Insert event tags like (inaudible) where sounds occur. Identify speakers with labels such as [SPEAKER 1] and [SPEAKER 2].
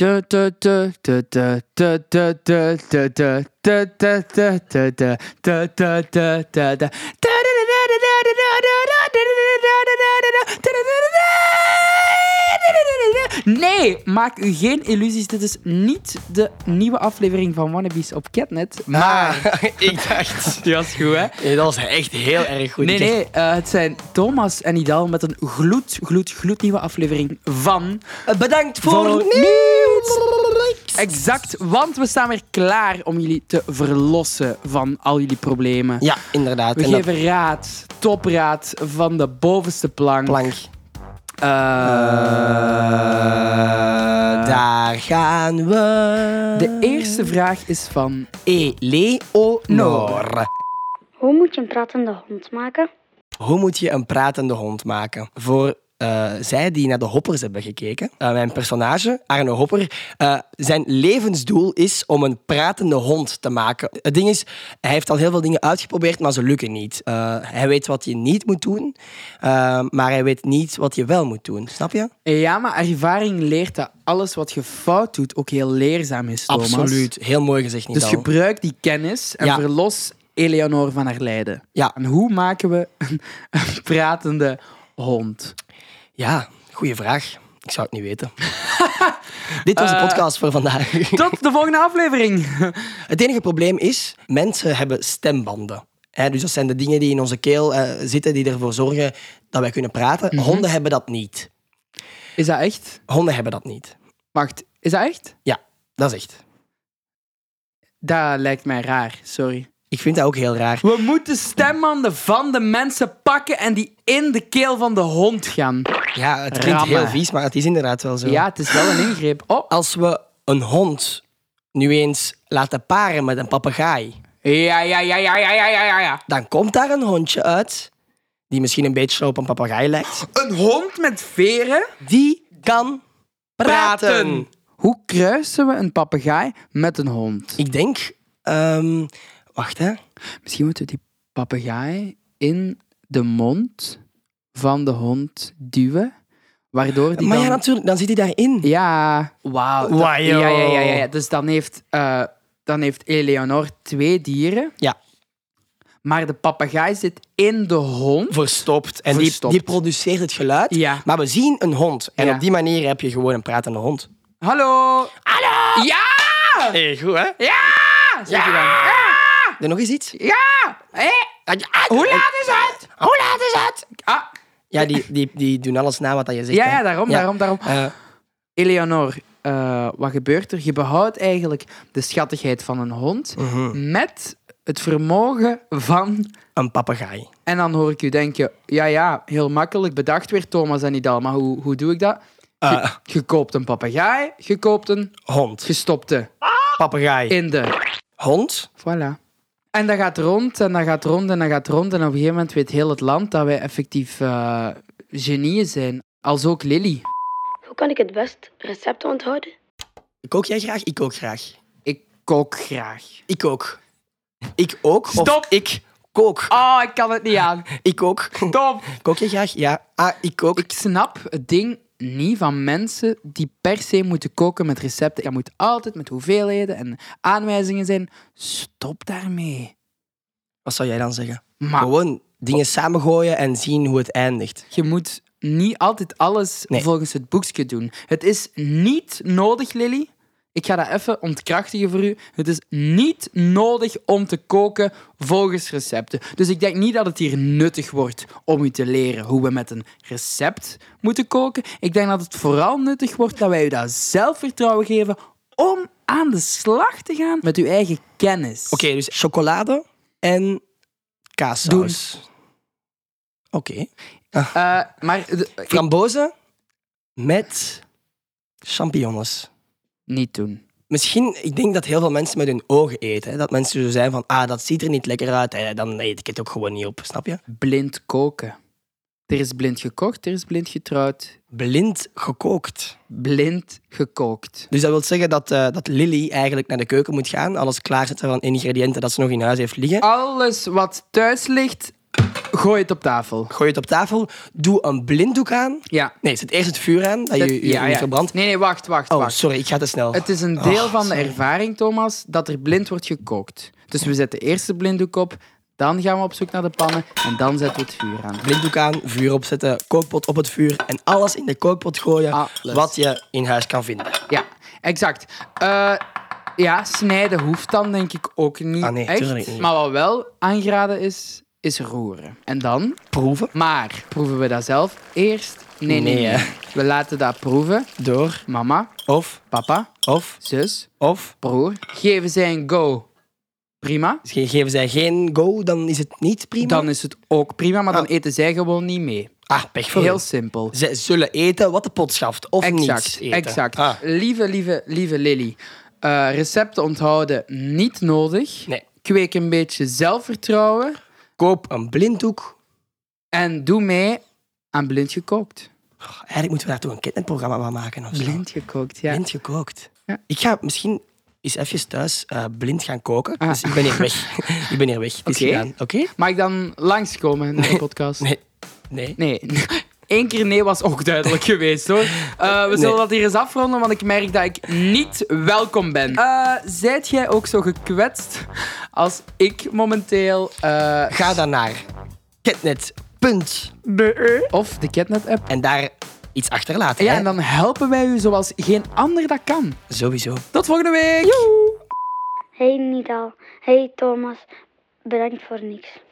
[SPEAKER 1] Du- du- du- du- du- du- du- du- du- du- du- du- du- du- du- du- du- du- du- du- Nee, maak u geen illusies. Dit is niet de nieuwe aflevering van Wannabes op Catnet. Maar
[SPEAKER 2] Ah, ik (laughs) dacht.
[SPEAKER 1] die was goed, hè?
[SPEAKER 2] Nee, dat was echt heel erg goed.
[SPEAKER 1] Nee,
[SPEAKER 2] Ik
[SPEAKER 1] nee, eh, het zijn Thomas en Idal met een gloed, gloed, gloednieuwe aflevering van...
[SPEAKER 2] dacht, Bedankt voor,
[SPEAKER 1] Voor
[SPEAKER 2] niets.
[SPEAKER 1] Exact, want we staan weer klaar om jullie te verlossen van al jullie problemen.
[SPEAKER 2] Ja, inderdaad.
[SPEAKER 1] We
[SPEAKER 2] en dat
[SPEAKER 1] geven raad, topraad van de bovenste plank.
[SPEAKER 2] plank.
[SPEAKER 1] Eh,
[SPEAKER 2] Daar gaan we.
[SPEAKER 1] de eerste vraag is van...
[SPEAKER 2] Eleonor.
[SPEAKER 3] Hoe moet je een pratende hond maken?
[SPEAKER 2] Hoe moet je een pratende hond maken? Voor eh, zij die naar de hoppers hebben gekeken, eh, mijn personage, Arno Hopper, eh, zijn levensdoel is om een pratende hond te maken. Het ding is, hij heeft al heel veel dingen uitgeprobeerd, maar ze lukken niet. Eh, hij weet wat je niet moet doen, eh, maar hij weet niet wat je wel moet doen. Snap je?
[SPEAKER 1] Ja, maar ervaring leert dat alles wat je fout doet ook heel leerzaam is, Thomas.
[SPEAKER 2] Heel mooi gezegd, niet
[SPEAKER 1] Dus gebruik die kennis en
[SPEAKER 2] Ja.
[SPEAKER 1] verlos Eleonor van haar lijden.
[SPEAKER 2] Ja.
[SPEAKER 1] En hoe maken we een een pratende hond?
[SPEAKER 2] Ja, goede vraag. Ik zou het niet
[SPEAKER 1] (laughs)
[SPEAKER 2] weten. Dit was de podcast voor vandaag.
[SPEAKER 1] Tot de volgende aflevering. (laughs)
[SPEAKER 2] Het enige probleem is, mensen hebben stembanden. Hè, dus dat zijn de dingen die in onze keel eh, zitten, die ervoor zorgen dat wij kunnen praten. Honden hebben dat niet.
[SPEAKER 1] Is dat echt?
[SPEAKER 2] Honden hebben dat niet.
[SPEAKER 1] Wacht, is dat echt?
[SPEAKER 2] Ja, dat is echt.
[SPEAKER 1] Dat lijkt mij raar, sorry.
[SPEAKER 2] Ik vind dat ook heel raar.
[SPEAKER 1] We moeten stembanden van de mensen pakken en die in de keel van de hond gaan.
[SPEAKER 2] Ja, het klinkt
[SPEAKER 1] Rammen.
[SPEAKER 2] heel vies, maar het is inderdaad wel zo.
[SPEAKER 1] Ja, het is wel een ingreep. Oh,
[SPEAKER 2] Als we een hond nu eens laten paren met een papegaai,
[SPEAKER 1] ja, ja, ja, ja, ja, ja, ja, ja.
[SPEAKER 2] dan komt daar een hondje uit die misschien een beetje op een papegaai lijkt.
[SPEAKER 1] Een hond met veren?
[SPEAKER 2] Die kan praten.
[SPEAKER 1] Hoe kruisen we een papegaai met een hond?
[SPEAKER 2] Ik denk... ehm, wacht, hè.
[SPEAKER 1] Misschien moeten we die papegaai in de mond van de hond duwen, waardoor die
[SPEAKER 2] maar
[SPEAKER 1] dan...
[SPEAKER 2] ja, natuurlijk, dan zit hij daarin.
[SPEAKER 1] Ja, wauw. dat-
[SPEAKER 2] Wajo.
[SPEAKER 1] Ja, ja, ja, ja, ja. Dus dan heeft, eh, dan heeft Eleonor twee dieren,
[SPEAKER 2] Ja,
[SPEAKER 1] maar de papegaai zit in de hond.
[SPEAKER 2] verstopt. En die,
[SPEAKER 1] Verstopt.
[SPEAKER 2] die produceert het geluid.
[SPEAKER 1] Ja.
[SPEAKER 2] Maar we zien een hond. En
[SPEAKER 1] Ja.
[SPEAKER 2] op die manier heb je gewoon een pratende hond.
[SPEAKER 1] Hallo! Hallo! Ja!
[SPEAKER 2] Hey, goed hè?
[SPEAKER 1] Ja! Zeg je dan. Eh?
[SPEAKER 2] Er nog eens iets?
[SPEAKER 1] Ah, Ja! Hé! Hoe laat is het? Hoe laat is het? Ah,
[SPEAKER 2] Ja, die, die, die doen alles na wat dat je zegt.
[SPEAKER 1] ja,
[SPEAKER 2] hè.
[SPEAKER 1] ja, daarom,
[SPEAKER 2] Ja.
[SPEAKER 1] daarom, daarom.
[SPEAKER 2] Eh,
[SPEAKER 1] Eleonor, eh, wat gebeurt er? Je behoudt eigenlijk de schattigheid van een hond met het vermogen van.
[SPEAKER 2] een papegaai.
[SPEAKER 1] En dan hoor ik u denken: ja, ja, heel makkelijk bedacht weer, Thomas en Idal, maar hoe, hoe doe ik dat? Je,
[SPEAKER 2] Eh.
[SPEAKER 1] je koopt een papegaai, je koopt een
[SPEAKER 2] Hond.
[SPEAKER 1] gestopte
[SPEAKER 2] Papegaai.
[SPEAKER 1] in de.
[SPEAKER 2] Hond.
[SPEAKER 1] Voilà. En dat gaat rond en dat gaat rond en dat gaat rond. En op een gegeven moment weet heel het land dat wij effectief eh, genieën zijn. Als ook Lily.
[SPEAKER 3] Hoe kan ik het best recepten onthouden?
[SPEAKER 2] Kook jij graag? Ik ook graag.
[SPEAKER 1] Ik kook graag.
[SPEAKER 2] Ik ook. Ik ook. Of
[SPEAKER 1] Stop.
[SPEAKER 2] ik kook.
[SPEAKER 1] Oh, ik kan het niet aan.
[SPEAKER 2] Ik ook.
[SPEAKER 1] Stop!
[SPEAKER 2] Kook jij graag? Ja. Ah, ik ook.
[SPEAKER 1] Ik snap het ding niet van mensen die per se moeten koken met recepten. Je moet altijd met hoeveelheden en aanwijzingen zijn. Stop daarmee.
[SPEAKER 2] Wat zou jij dan zeggen?
[SPEAKER 1] Maar
[SPEAKER 2] Gewoon dingen samengooien en zien hoe het eindigt.
[SPEAKER 1] je moet niet altijd alles
[SPEAKER 2] Nee.
[SPEAKER 1] volgens het boekje doen. Het is niet nodig, Lily. Ik ga dat even ontkrachtigen voor u. Het is niet nodig om te koken volgens recepten. Dus ik denk niet dat het hier nuttig wordt om u te leren hoe we met een recept moeten koken. Ik denk dat het vooral nuttig wordt dat wij u dat zelfvertrouwen geven om aan de slag te gaan met uw eigen kennis.
[SPEAKER 2] Oké, dus chocolade en kaassaus. Oké.
[SPEAKER 1] Eh, maar de- ik-
[SPEAKER 2] Frambozen met champignons.
[SPEAKER 1] niet doen.
[SPEAKER 2] Misschien, ik denk dat heel veel mensen met hun ogen eten. Hè? Dat mensen zo zijn van, ah, dat ziet er niet lekker uit. hè, Dan eet ik het ook gewoon niet op, snap je?
[SPEAKER 1] blind koken. Er is blind gekocht, er is blind getrouwd,
[SPEAKER 2] Blind gekookt.
[SPEAKER 1] blind gekookt.
[SPEAKER 2] Dus dat wil zeggen dat, eh, dat Lily eigenlijk naar de keuken moet gaan. Alles klaarzetten van ingrediënten dat ze nog in huis heeft liggen.
[SPEAKER 1] Alles wat thuis ligt, Gooi het op tafel.
[SPEAKER 2] Gooi het op tafel. Doe een blinddoek aan.
[SPEAKER 1] Ja.
[SPEAKER 2] Nee, zet eerst het vuur aan, dat Ah, je
[SPEAKER 1] Het-
[SPEAKER 2] je niet verbrandt.
[SPEAKER 1] Nee, nee, wacht, wacht,
[SPEAKER 2] Oh,
[SPEAKER 1] wacht.
[SPEAKER 2] sorry, ik ga te snel.
[SPEAKER 1] Het is een deel
[SPEAKER 2] Oh,
[SPEAKER 1] van de
[SPEAKER 2] sorry.
[SPEAKER 1] ervaring, Thomas, dat er blind wordt gekookt. Dus we zetten eerst de blinddoek op, dan gaan we op zoek naar de pannen en dan zetten we het vuur aan.
[SPEAKER 2] Blinddoek aan, vuur opzetten, kookpot op het vuur en alles in de kookpot gooien
[SPEAKER 1] Alles.
[SPEAKER 2] wat je in huis kan vinden.
[SPEAKER 1] Ja, exact. Eh, ja, snijden hoeft dan denk ik ook niet
[SPEAKER 2] Ah, nee, tuurlijk
[SPEAKER 1] echt.
[SPEAKER 2] niet.
[SPEAKER 1] Maar wat wel aangeraden is, is roeren. En dan?
[SPEAKER 2] Proeven
[SPEAKER 1] Maar, proeven we dat zelf eerst? Nee, nee,
[SPEAKER 2] Nee,
[SPEAKER 1] nee.
[SPEAKER 2] hè.
[SPEAKER 1] We laten dat proeven.
[SPEAKER 2] door
[SPEAKER 1] Mama,
[SPEAKER 2] of
[SPEAKER 1] papa,
[SPEAKER 2] of
[SPEAKER 1] zus,
[SPEAKER 2] of.
[SPEAKER 1] broer. Geven zij een go? Prima.
[SPEAKER 2] Ge- Geven zij geen go, dan is het niet prima.
[SPEAKER 1] Dan is het ook prima, maar dan eten zij gewoon niet mee.
[SPEAKER 2] ah, pech Ah. voor
[SPEAKER 1] Heel
[SPEAKER 2] hen.
[SPEAKER 1] simpel.
[SPEAKER 2] Zij zullen eten wat de pot schaft of niets
[SPEAKER 1] Exact,
[SPEAKER 2] eten.
[SPEAKER 1] exact.
[SPEAKER 2] Ah,
[SPEAKER 1] Lieve, lieve, lieve Lily. eh, recepten onthouden niet nodig.
[SPEAKER 2] nee.
[SPEAKER 1] Kweek een beetje zelfvertrouwen.
[SPEAKER 2] Koop een blinddoek.
[SPEAKER 1] En doe mee aan blind gekookt.
[SPEAKER 2] Oh, eigenlijk moeten we daar toch een kitnetprogramma van maken of zo.
[SPEAKER 1] Blind gekookt, ja.
[SPEAKER 2] Blind gekookt.
[SPEAKER 1] Ja.
[SPEAKER 2] Ik ga misschien eens even thuis eh, blind gaan koken.
[SPEAKER 1] Ah.
[SPEAKER 2] Dus ik ben hier weg.
[SPEAKER 1] (laughs)
[SPEAKER 2] ik ben hier weg. Het is
[SPEAKER 1] Oké.
[SPEAKER 2] gedaan. Oké?
[SPEAKER 1] Mag ik dan langskomen naar de podcast?
[SPEAKER 2] Nee. Nee.
[SPEAKER 1] Nee. (laughs) Eén keer nee was ook duidelijk (laughs) geweest hoor. Eh, we zullen
[SPEAKER 2] Nee.
[SPEAKER 1] dat hier eens afronden, want ik merk dat ik niet welkom ben. Eh zijt jij ook zo gekwetst als ik momenteel? eh,
[SPEAKER 2] Ga dan naar Ketnet. Punt.
[SPEAKER 1] of de Catnet-app.
[SPEAKER 2] En daar iets achterlaten.
[SPEAKER 1] Ja,
[SPEAKER 2] hè?
[SPEAKER 1] en dan helpen wij u zoals geen ander dat kan.
[SPEAKER 2] Sowieso.
[SPEAKER 1] Tot volgende week!
[SPEAKER 3] Hey Nidal, hey Thomas, bedankt voor niks.